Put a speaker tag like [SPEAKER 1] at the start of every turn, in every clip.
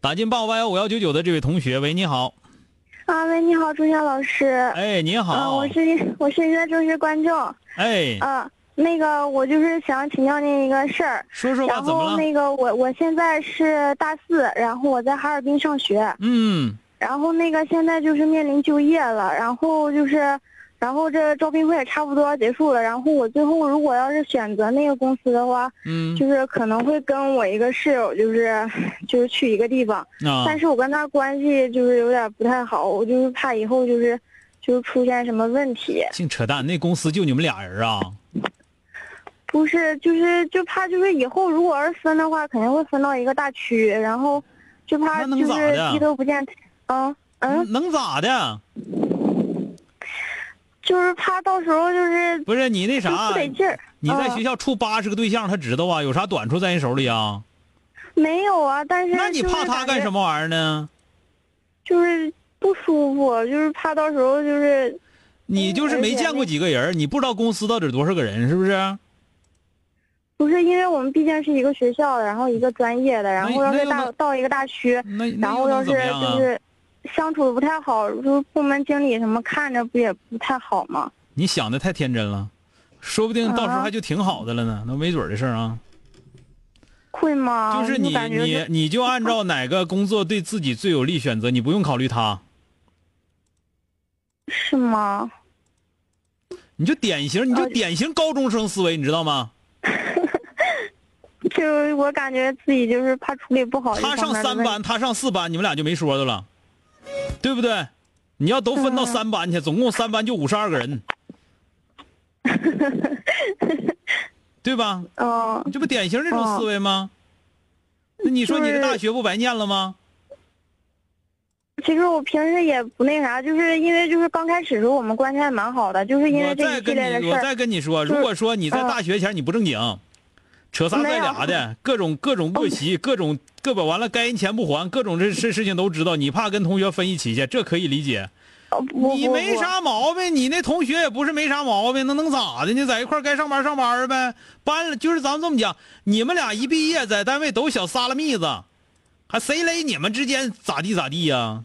[SPEAKER 1] 打进八五八幺五幺九九的这位同学，喂，你好，
[SPEAKER 2] 啊，喂，你好，朱夏老师。
[SPEAKER 1] 哎，你
[SPEAKER 2] 嗯、
[SPEAKER 1] 好，
[SPEAKER 2] 我是我是一个忠实观众。
[SPEAKER 1] 哎，
[SPEAKER 2] 嗯、那个我就是想请教您一个事儿。
[SPEAKER 1] 说说吧，
[SPEAKER 2] 然
[SPEAKER 1] 怎么
[SPEAKER 2] 后
[SPEAKER 1] 了？
[SPEAKER 2] 那个啊我我现在是大四，然后我在哈尔滨上学，
[SPEAKER 1] 嗯，
[SPEAKER 2] 然后那个现在就是面临就业了，然后就是，然后这招聘会也差不多要结束了，然后我最后如果要是选择那个公司的话，
[SPEAKER 1] 嗯，
[SPEAKER 2] 就是可能会跟我一个室友就是 就是去一个地方。
[SPEAKER 1] 啊，
[SPEAKER 2] 但是我跟他关系就是有点不太好，我就是怕以后就是就是出现什么问题，
[SPEAKER 1] 净扯淡，那公司就你们俩人啊？
[SPEAKER 2] 不是就是就怕就是以后如果要是分的话，肯定会分到一个大区，然后就怕
[SPEAKER 1] 那能
[SPEAKER 2] 就
[SPEAKER 1] 咋
[SPEAKER 2] 是
[SPEAKER 1] 的
[SPEAKER 2] 低头不见，嗯嗯，
[SPEAKER 1] 能咋的？
[SPEAKER 2] 就是怕到时候就是
[SPEAKER 1] 不是你那
[SPEAKER 2] 就
[SPEAKER 1] 啥啊
[SPEAKER 2] 不，得劲儿。
[SPEAKER 1] 你在
[SPEAKER 2] 嗯
[SPEAKER 1] 学校处八十个对象，他知道啊，有啥短处在人手里啊？
[SPEAKER 2] 没有啊，但是
[SPEAKER 1] 那你怕他干什
[SPEAKER 2] 么？
[SPEAKER 1] 么玩意儿呢？
[SPEAKER 2] 就是不舒服，就是怕到时候就是
[SPEAKER 1] 你就是没见过几个人，你不知道公司到底多少个人，是不是？
[SPEAKER 2] 不是因为我们毕竟是一个学校的，然后一个专业的，然后要
[SPEAKER 1] 那
[SPEAKER 2] 是
[SPEAKER 1] 又
[SPEAKER 2] 大
[SPEAKER 1] 能
[SPEAKER 2] 到一个大区，
[SPEAKER 1] 那
[SPEAKER 2] 然
[SPEAKER 1] 那又
[SPEAKER 2] 后要
[SPEAKER 1] 能
[SPEAKER 2] 是
[SPEAKER 1] 怎么样啊
[SPEAKER 2] 就？是相处的不太好，就是部门经理什么看着不也不太好吗？
[SPEAKER 1] 你想的太天真了，说不定到
[SPEAKER 2] 啊
[SPEAKER 1] 时候还就挺好的了呢，那没准儿的事儿啊。
[SPEAKER 2] 会吗？
[SPEAKER 1] 就是你
[SPEAKER 2] 啊感觉啊
[SPEAKER 1] 你你就按照哪个工作对自己最有利选择，你不用考虑他，
[SPEAKER 2] 是吗？
[SPEAKER 1] 你就典型你就
[SPEAKER 2] 呃
[SPEAKER 1] 典型高中生思维，你知道吗？
[SPEAKER 2] 就是我感觉自己就是怕处理不好这
[SPEAKER 1] 他
[SPEAKER 2] 方
[SPEAKER 1] 上
[SPEAKER 2] 面的
[SPEAKER 1] 三
[SPEAKER 2] 问题。
[SPEAKER 1] 班，他上四班，你们俩就没说的了，对不对？你要都
[SPEAKER 2] 嗯
[SPEAKER 1] 分到三班去，总共三班就五十二个 人，对吧？
[SPEAKER 2] 嗯，
[SPEAKER 1] 你这不典型这种思维吗？那你说你这大学不白念了吗？
[SPEAKER 2] 其实我平时也不那啥，就是因为就是刚开始的时候我们关系还蛮好的，就是因为
[SPEAKER 1] 我
[SPEAKER 2] 这
[SPEAKER 1] 再
[SPEAKER 2] 一系
[SPEAKER 1] 跟
[SPEAKER 2] 列的
[SPEAKER 1] 你，
[SPEAKER 2] 事
[SPEAKER 1] 我
[SPEAKER 2] 儿，
[SPEAKER 1] 再跟你说，
[SPEAKER 2] 就是
[SPEAKER 1] 如果说你在
[SPEAKER 2] 嗯
[SPEAKER 1] 大学前你不正经，扯仨拽俩的，各种各种
[SPEAKER 2] 嗯
[SPEAKER 1] 恶习，各种各把完了该人钱不还，各种这事事情都知道，你怕跟同学分一起去，这可以理解。
[SPEAKER 2] 哦不
[SPEAKER 1] 你
[SPEAKER 2] 不
[SPEAKER 1] 没
[SPEAKER 2] 不
[SPEAKER 1] 啥毛病，你那同学也不是没啥毛病，那能咋的呢？在一块儿该上班上班呗。班就是咱们这么讲，你们俩一毕业在单位都小撒拉蜜子，还谁勒你们之间咋地咋地呀、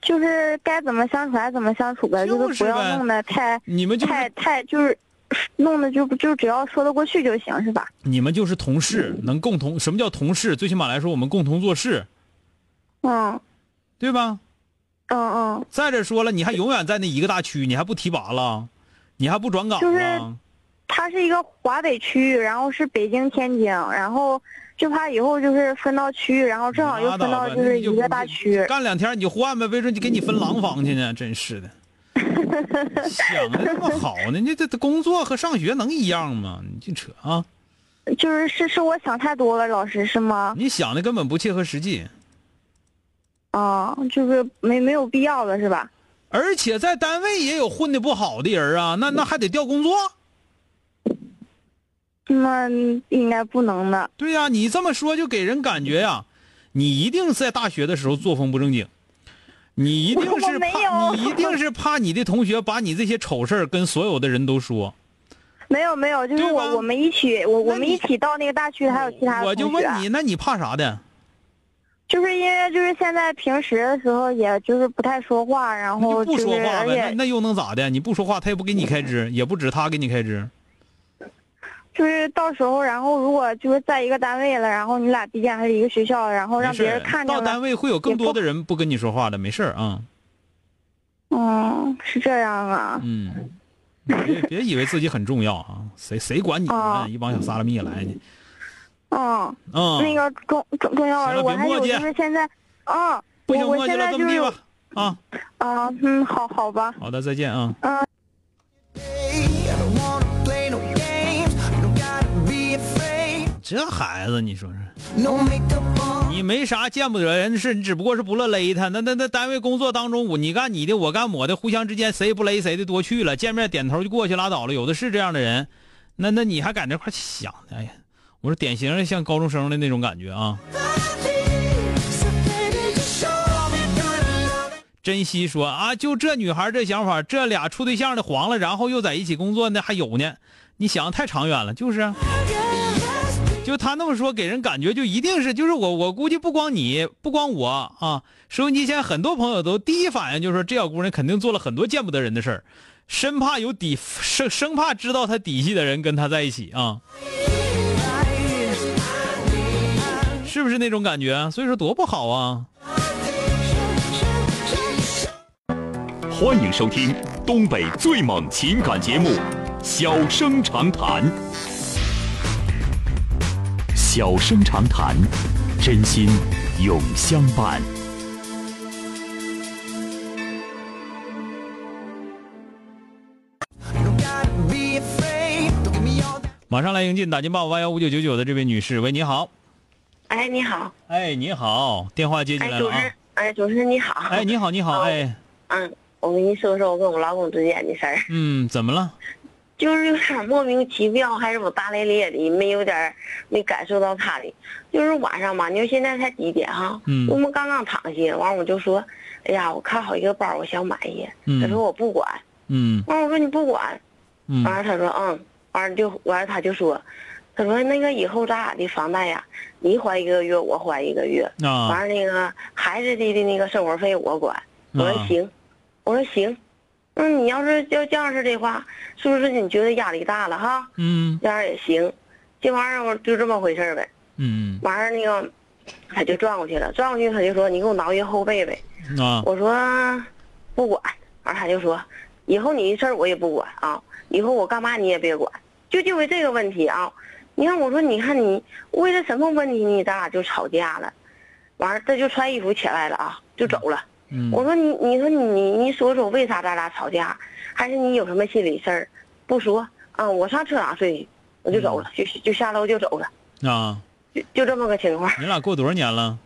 [SPEAKER 2] 就是该怎么相处还怎么相处呗，
[SPEAKER 1] 就是
[SPEAKER 2] 不要
[SPEAKER 1] 呗
[SPEAKER 2] 弄得太
[SPEAKER 1] 你们就是
[SPEAKER 2] 太太就是弄得就不就只要说得过去就行是吧？
[SPEAKER 1] 你们就是同事，能共同什么叫同事？最起码来说，我们共同做事，
[SPEAKER 2] 嗯
[SPEAKER 1] 对吧？
[SPEAKER 2] 嗯嗯。
[SPEAKER 1] 再者说了，你还永远在那一个大区，你还不提拔了，你还不转岗了？
[SPEAKER 2] 就是它是一个华北区域，然后是北京、天津，然后就怕以后就是分到区域，然后正好又
[SPEAKER 1] 拉倒
[SPEAKER 2] 分到
[SPEAKER 1] 吧
[SPEAKER 2] 就
[SPEAKER 1] 那
[SPEAKER 2] 是
[SPEAKER 1] 你就
[SPEAKER 2] 一个
[SPEAKER 1] 不
[SPEAKER 2] 大区。
[SPEAKER 1] 干两天你就换呗，为什么给你分廊坊去呢？真 是的，想的那么好呢？你这这工作和上学能一样吗？你净扯啊！
[SPEAKER 2] 就是是是我想太多了，老师是吗？
[SPEAKER 1] 你想的根本不切合实际，嗯
[SPEAKER 2] 啊、就是没没有必要了是吧？
[SPEAKER 1] 而且在单位也有混的不好的人啊，那那还得调工作。
[SPEAKER 2] 那应该不能的。
[SPEAKER 1] 对呀、你这么说就给人感觉呀、你一定是在大学的时候作风不正经，你一定是
[SPEAKER 2] 我没
[SPEAKER 1] 怕，
[SPEAKER 2] 有
[SPEAKER 1] 你一定是怕你的同学把你这些丑事儿跟所有的人都说。
[SPEAKER 2] 没有没有，就是
[SPEAKER 1] 对吧
[SPEAKER 2] 我我们一起我我
[SPEAKER 1] 那
[SPEAKER 2] 们
[SPEAKER 1] 你
[SPEAKER 2] 一起到那个大区，还有其他
[SPEAKER 1] 我
[SPEAKER 2] 的
[SPEAKER 1] 就
[SPEAKER 2] 同
[SPEAKER 1] 问
[SPEAKER 2] 学。
[SPEAKER 1] 你，那你怕啥的？
[SPEAKER 2] 就是因为就是现在平时的时候，也就是不太说话，然
[SPEAKER 1] 那
[SPEAKER 3] 哦
[SPEAKER 2] 后
[SPEAKER 1] 就不
[SPEAKER 2] 是
[SPEAKER 1] 说话
[SPEAKER 2] 而
[SPEAKER 1] 呗，那
[SPEAKER 2] 且
[SPEAKER 1] 那又能咋的？你不说话，他也不给你开支，也不止他给你开支，
[SPEAKER 3] 就是到时候，然后如果就是在一个单位了，然后你俩毕竟还是一个学校的，然后哦让
[SPEAKER 1] 没事
[SPEAKER 3] 别
[SPEAKER 1] 儿啊
[SPEAKER 3] 人看见
[SPEAKER 1] 到
[SPEAKER 3] 了
[SPEAKER 1] 单，位会有更
[SPEAKER 3] 也不
[SPEAKER 1] 多的人不跟你说话的，没事儿啊。
[SPEAKER 3] 嗯，是这样啊。
[SPEAKER 1] 嗯，别别以为自己很重要啊，谁谁管你
[SPEAKER 3] 啊
[SPEAKER 1] 呢？一帮小撒拉蜜来呢。
[SPEAKER 3] 嗯，
[SPEAKER 1] 嗯，
[SPEAKER 3] 那个重重重要
[SPEAKER 1] 行了
[SPEAKER 3] 我
[SPEAKER 1] 别
[SPEAKER 3] 还有
[SPEAKER 1] 墨迹
[SPEAKER 3] 就是现在，啊、
[SPEAKER 1] 不行，
[SPEAKER 3] 我
[SPEAKER 1] 墨
[SPEAKER 3] 我
[SPEAKER 1] 迹
[SPEAKER 3] 现
[SPEAKER 1] 了，
[SPEAKER 3] 在
[SPEAKER 1] 这
[SPEAKER 3] 就是
[SPEAKER 1] 么地
[SPEAKER 3] 有
[SPEAKER 1] 吧。啊，
[SPEAKER 3] 啊、嗯，好好吧，
[SPEAKER 1] 好的，再见啊。
[SPEAKER 4] I don't wanna play no games. You don't gotta be afraid.
[SPEAKER 1] 这孩子，你说说，
[SPEAKER 4] No makeup on.
[SPEAKER 1] 你没啥见不得人的事，你只不过是不乐勒他。那那那单位工作当中，我你干你的，我干我的，互相之间谁也不勒谁的多去了，见面点头就过去拉倒了，有的是这样的人。那那你还在那块想呢？哎呀，我说典型的像高中生的那种感觉啊。
[SPEAKER 4] So baby, just show me good love.
[SPEAKER 1] 珍惜说啊，就这女孩这想法，这俩处对象的黄了，然后又在一起工作呢，还有呢？你想太长远了，就是啊，就他那么说，给人感觉就一定是，就是我，我估计不光你，不光我啊，收音机前很多朋友都第一反应就是说，这小姑娘肯定做了很多见不得人的事儿，生怕有底，生生怕知道她底细的人跟她在一起啊，是不是那种感觉啊？所以说多不好啊！
[SPEAKER 5] 欢迎收听东北最猛情感节目《小生长谈》。小生长谈，真心永相伴。
[SPEAKER 4] You don't gotta be afraid. Don't give me all that.
[SPEAKER 1] 马上来迎进打进八五八幺五九九九的这位女士，喂，你好。
[SPEAKER 2] 哎，你好，
[SPEAKER 1] 哎，你好，电话接进来了
[SPEAKER 2] 哎，主持
[SPEAKER 1] 啊
[SPEAKER 2] 人！，哎，主持人你好，
[SPEAKER 1] 哎，你好，你好，哎，
[SPEAKER 2] 嗯，我跟你说说我跟我老公之间的事儿，
[SPEAKER 1] 嗯，怎么了？
[SPEAKER 2] 就是有点莫名其妙，还是我大咧咧的，没有点儿没感受到他的，就是晚上嘛，你说现在才几点哈？
[SPEAKER 1] 嗯
[SPEAKER 2] 我们刚刚躺下，完我就说，哎呀，我看好一个包，我想买一个，
[SPEAKER 1] 嗯
[SPEAKER 2] 他说我不管，
[SPEAKER 1] 嗯
[SPEAKER 2] 完我说你不管，
[SPEAKER 1] 嗯
[SPEAKER 2] 完了他说嗯，完了就完了他就说，他说那个以后咱俩的房贷呀，你还一个月，我还一个月，完
[SPEAKER 1] 啊
[SPEAKER 2] 了那个孩子的的那个生活费我管。我说
[SPEAKER 1] 啊，
[SPEAKER 2] 行，我说行，那你要是要这样式的话，是不是你觉得压力大了哈？
[SPEAKER 1] 嗯
[SPEAKER 2] 这样也行，这玩意儿我就这么回事儿呗。
[SPEAKER 1] 嗯
[SPEAKER 2] 完事儿那个，他就转过去了，转过去他就说你给我挠一个后背呗。
[SPEAKER 1] 啊
[SPEAKER 2] 我说不管，完他就说以后你的事儿我也不管啊，以后我干嘛你也别管，就就为这个问题啊。你看我说你看你为了什么问题你咱俩就吵架了，完了他就穿衣服起来了啊，就走了。
[SPEAKER 1] 嗯
[SPEAKER 2] 我说你，你说你你你说说为啥咱俩吵架，还是你有什么心里事儿？不说啊，我上车场睡去，我就走了，就就下楼就走了，
[SPEAKER 1] 啊，
[SPEAKER 2] 就就这么个情况。
[SPEAKER 1] 你俩过多少年了？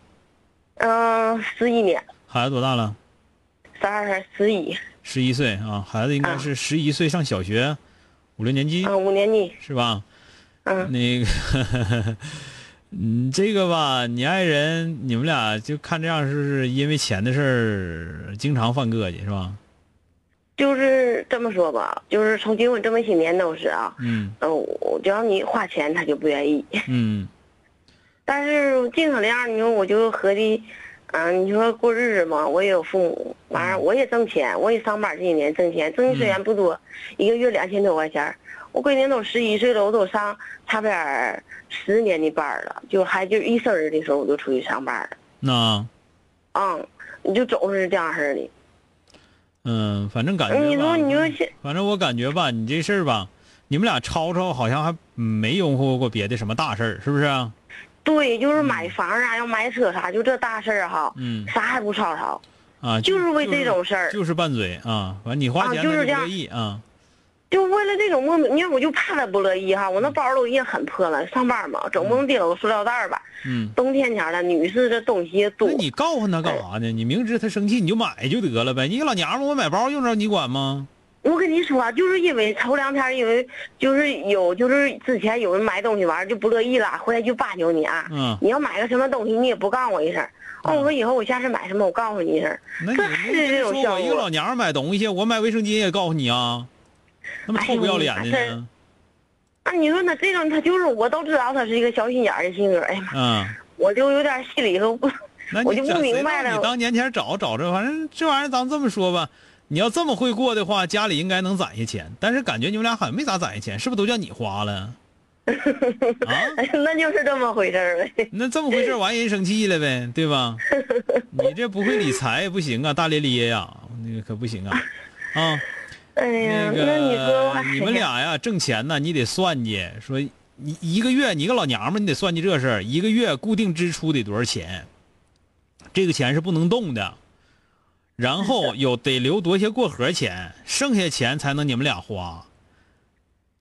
[SPEAKER 2] 嗯，十一年，
[SPEAKER 1] 孩子多大了？
[SPEAKER 2] 十二十一，
[SPEAKER 1] 十一岁啊，孩子应该是十一岁上小学，五六年级
[SPEAKER 2] 嗯，五年级，
[SPEAKER 1] 是吧？
[SPEAKER 2] 嗯，
[SPEAKER 1] 那个， 嗯，这个吧，你爱人，你们俩就看这样，是不是因为钱的事儿经常犯膈应是吧？
[SPEAKER 2] 就是这么说吧，就是从结婚这么些年都是啊，
[SPEAKER 1] 嗯
[SPEAKER 2] 嗯，我只要你花钱，他就不愿意。
[SPEAKER 1] 嗯
[SPEAKER 2] 但是尽可量，你说我就合计，嗯、你说过日子嘛，我也有父母，完了我也挣钱，我也上班这些年挣钱，挣的虽然不多，一个月两千多块钱儿我闺女都十一岁了，我都上差不点儿十年的班儿了，就还就一生日的时候我就出去上班了，
[SPEAKER 1] 那。
[SPEAKER 2] 嗯，你就总是这样式儿的。
[SPEAKER 1] 嗯，反正感觉吧，
[SPEAKER 2] 哎你说你说现，
[SPEAKER 1] 反正我感觉吧，你这事儿吧，你们俩吵吵好像还没拥护过别的什么大事儿，是不是啊？
[SPEAKER 2] 对，就是买房啊，要买车啥，就这大事儿哈，
[SPEAKER 1] 嗯
[SPEAKER 2] 啥还不吵吵，
[SPEAKER 1] 啊，
[SPEAKER 2] 就是为这种事儿。
[SPEAKER 1] 就是拌嘴啊，完你花
[SPEAKER 2] 啊
[SPEAKER 1] 钱
[SPEAKER 2] 就
[SPEAKER 1] 他
[SPEAKER 2] 是这
[SPEAKER 1] 不
[SPEAKER 2] 样
[SPEAKER 1] 乐意啊，
[SPEAKER 2] 就为了这种莫名，你看我就怕他不乐意哈。我
[SPEAKER 1] 嗯
[SPEAKER 2] 那包都已经很破了，上班嘛，总不能提了个塑料袋儿吧？
[SPEAKER 1] 嗯，
[SPEAKER 2] 冬天前儿了，女士这东西多
[SPEAKER 1] 那，你告诉他干啥呢？你明知他生气你就买就得了呗，你老娘们我买包用着你管吗？
[SPEAKER 2] 我跟你说啊，就是因为头两天儿因为就是有就是之前有人买东西玩儿就不乐意了，回来就巴结你啊。
[SPEAKER 1] 嗯
[SPEAKER 2] 你要买个什么东西，你也不告诉我一声儿。哦，我说以后我下次买什么，我告诉你一声儿。
[SPEAKER 1] 那你
[SPEAKER 2] 这
[SPEAKER 1] 没
[SPEAKER 2] 是
[SPEAKER 1] 跟
[SPEAKER 2] 这
[SPEAKER 1] 人
[SPEAKER 2] 种
[SPEAKER 1] 说我
[SPEAKER 2] 效
[SPEAKER 1] 一个
[SPEAKER 2] 果
[SPEAKER 1] 老娘们买东西，我买卫生巾也告诉你啊，那么
[SPEAKER 2] 哎
[SPEAKER 1] 臭不要脸的
[SPEAKER 2] 这
[SPEAKER 1] 呢？
[SPEAKER 2] 那你说那这种他就是我都知道他是一个小心眼儿的性格，哎呀妈，
[SPEAKER 1] 嗯。
[SPEAKER 2] 我就有点儿心里头不。
[SPEAKER 1] 那
[SPEAKER 2] 我
[SPEAKER 1] 你
[SPEAKER 2] 就不
[SPEAKER 1] 这
[SPEAKER 2] 明
[SPEAKER 1] 谁
[SPEAKER 2] 白
[SPEAKER 1] 让
[SPEAKER 2] 了
[SPEAKER 1] 你当年前找找着，反正这玩意儿咱这么说吧，你要这么 会过的话，家里应该能攒下钱。但是感觉你们俩好像没咋攒下钱，是不是都叫你花了？啊，
[SPEAKER 2] 那就是这么回事儿 呗。
[SPEAKER 1] 那这么回事儿，完人生气了呗，对吧？你这不会理财不行啊，大咧咧呀，那个可不行啊，啊。
[SPEAKER 2] 哎呀，
[SPEAKER 1] 那
[SPEAKER 2] 那你说
[SPEAKER 1] 个，你们俩呀，挣钱啊呢，你得算计，说你一个月，你一个老娘们儿，你得算计这事儿，一个月固定支出得多少钱，这个钱是不能动的，然后有得留多些过河钱，剩下钱才能你们俩花。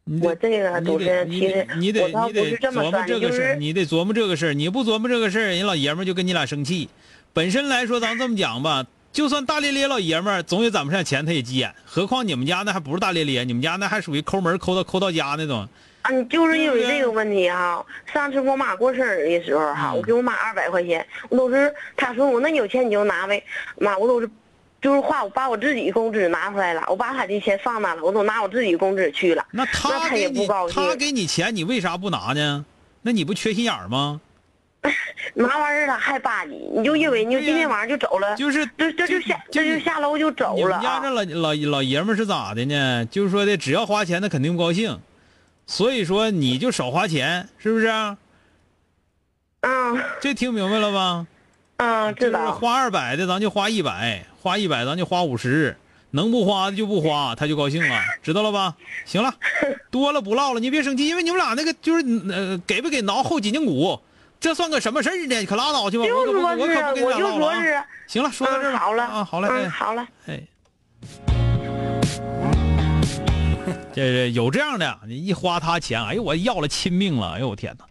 [SPEAKER 1] 你得
[SPEAKER 2] 我这个
[SPEAKER 1] 你
[SPEAKER 2] 主持
[SPEAKER 1] 得
[SPEAKER 2] 人，
[SPEAKER 1] 你
[SPEAKER 2] 其实
[SPEAKER 1] 得你得
[SPEAKER 2] 我倒
[SPEAKER 1] 你
[SPEAKER 2] 不是
[SPEAKER 1] 得
[SPEAKER 2] 这么
[SPEAKER 1] 琢磨
[SPEAKER 2] 算，
[SPEAKER 1] 这
[SPEAKER 2] 就
[SPEAKER 1] 个事儿，
[SPEAKER 2] 是
[SPEAKER 1] 你得琢磨这个事儿，你不琢磨这个事儿，人老爷们儿就跟你俩生气。本身来说，咱这么讲吧，就算大咧咧老爷们儿，总也攒不上钱，他也急眼。何况你们家那还不是大咧咧，你们家那还属于抠门儿抠到抠到家那种。
[SPEAKER 2] 啊，你就是因为
[SPEAKER 1] 对不对
[SPEAKER 2] 这个问题哈、上次我妈过生日的时候哈、
[SPEAKER 1] 嗯
[SPEAKER 2] 我给我妈二百块钱，我都是她说我那有钱你就拿呗，妈，我都是就是花我把我自己工资拿出来了，我把她的钱放那了，我都拿我自己工资去了。
[SPEAKER 1] 那
[SPEAKER 2] 那
[SPEAKER 1] 他
[SPEAKER 2] 他
[SPEAKER 1] 给
[SPEAKER 2] 也不
[SPEAKER 1] 你
[SPEAKER 2] 高兴
[SPEAKER 1] 他给你钱，你为啥不拿呢？那你不缺心眼儿吗？
[SPEAKER 2] 拿完事儿了还巴你，你就因为你就
[SPEAKER 1] 对呀
[SPEAKER 2] 今天晚上就走了，
[SPEAKER 1] 就是
[SPEAKER 2] 这这就下
[SPEAKER 1] 就
[SPEAKER 2] 这就下楼就走
[SPEAKER 1] 你
[SPEAKER 2] 了
[SPEAKER 1] 们家这
[SPEAKER 2] 啊！
[SPEAKER 1] 老老老爷们儿是咋的呢？就是说的，只要花钱，他肯定不高兴。所以说，你就少花钱，是不是啊、
[SPEAKER 2] 嗯
[SPEAKER 1] 这听明白了吧？
[SPEAKER 2] 嗯，
[SPEAKER 1] 就
[SPEAKER 2] 知
[SPEAKER 1] 是
[SPEAKER 2] 道。
[SPEAKER 1] 花二百的，咱就花一百；花一百，咱就花五十。能不花的就不花，他就高兴了，知道了吧？行 了，多了不唠了，你别生气，因为你们俩那个就是呃，给不给挠后脊梁骨，这算个什么事儿呢？你可拉倒去吧，我
[SPEAKER 2] 就
[SPEAKER 1] 可不，
[SPEAKER 2] 说
[SPEAKER 1] 我可不
[SPEAKER 2] 是，
[SPEAKER 1] 跟你
[SPEAKER 2] 我
[SPEAKER 1] 俩
[SPEAKER 2] 就
[SPEAKER 1] 唠了
[SPEAKER 2] 说
[SPEAKER 1] 啊。
[SPEAKER 2] 是，
[SPEAKER 1] 行了，说到这儿
[SPEAKER 2] 嗯，
[SPEAKER 1] 吧
[SPEAKER 2] 好了，
[SPEAKER 1] 啊，好嘞，
[SPEAKER 2] 嗯，
[SPEAKER 1] 哎
[SPEAKER 2] 好了。
[SPEAKER 1] 哎。 这是有这样的，你一花他钱，哎呦，我要了亲命了，哎呦，我天哪！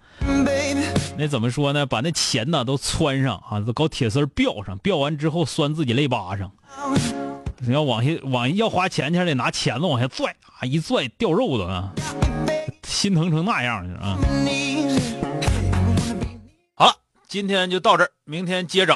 [SPEAKER 4] baby.
[SPEAKER 1] 那怎么说呢？把那钱呐都穿上啊，都搞铁丝儿吊上，吊完之后拴自己肋巴上。你要往下往要花钱去，得拿钳子往下拽啊，一拽掉肉的啊，心疼成那样去啊！
[SPEAKER 4] Knees.
[SPEAKER 1] 好了，今天就到这儿，明天接着。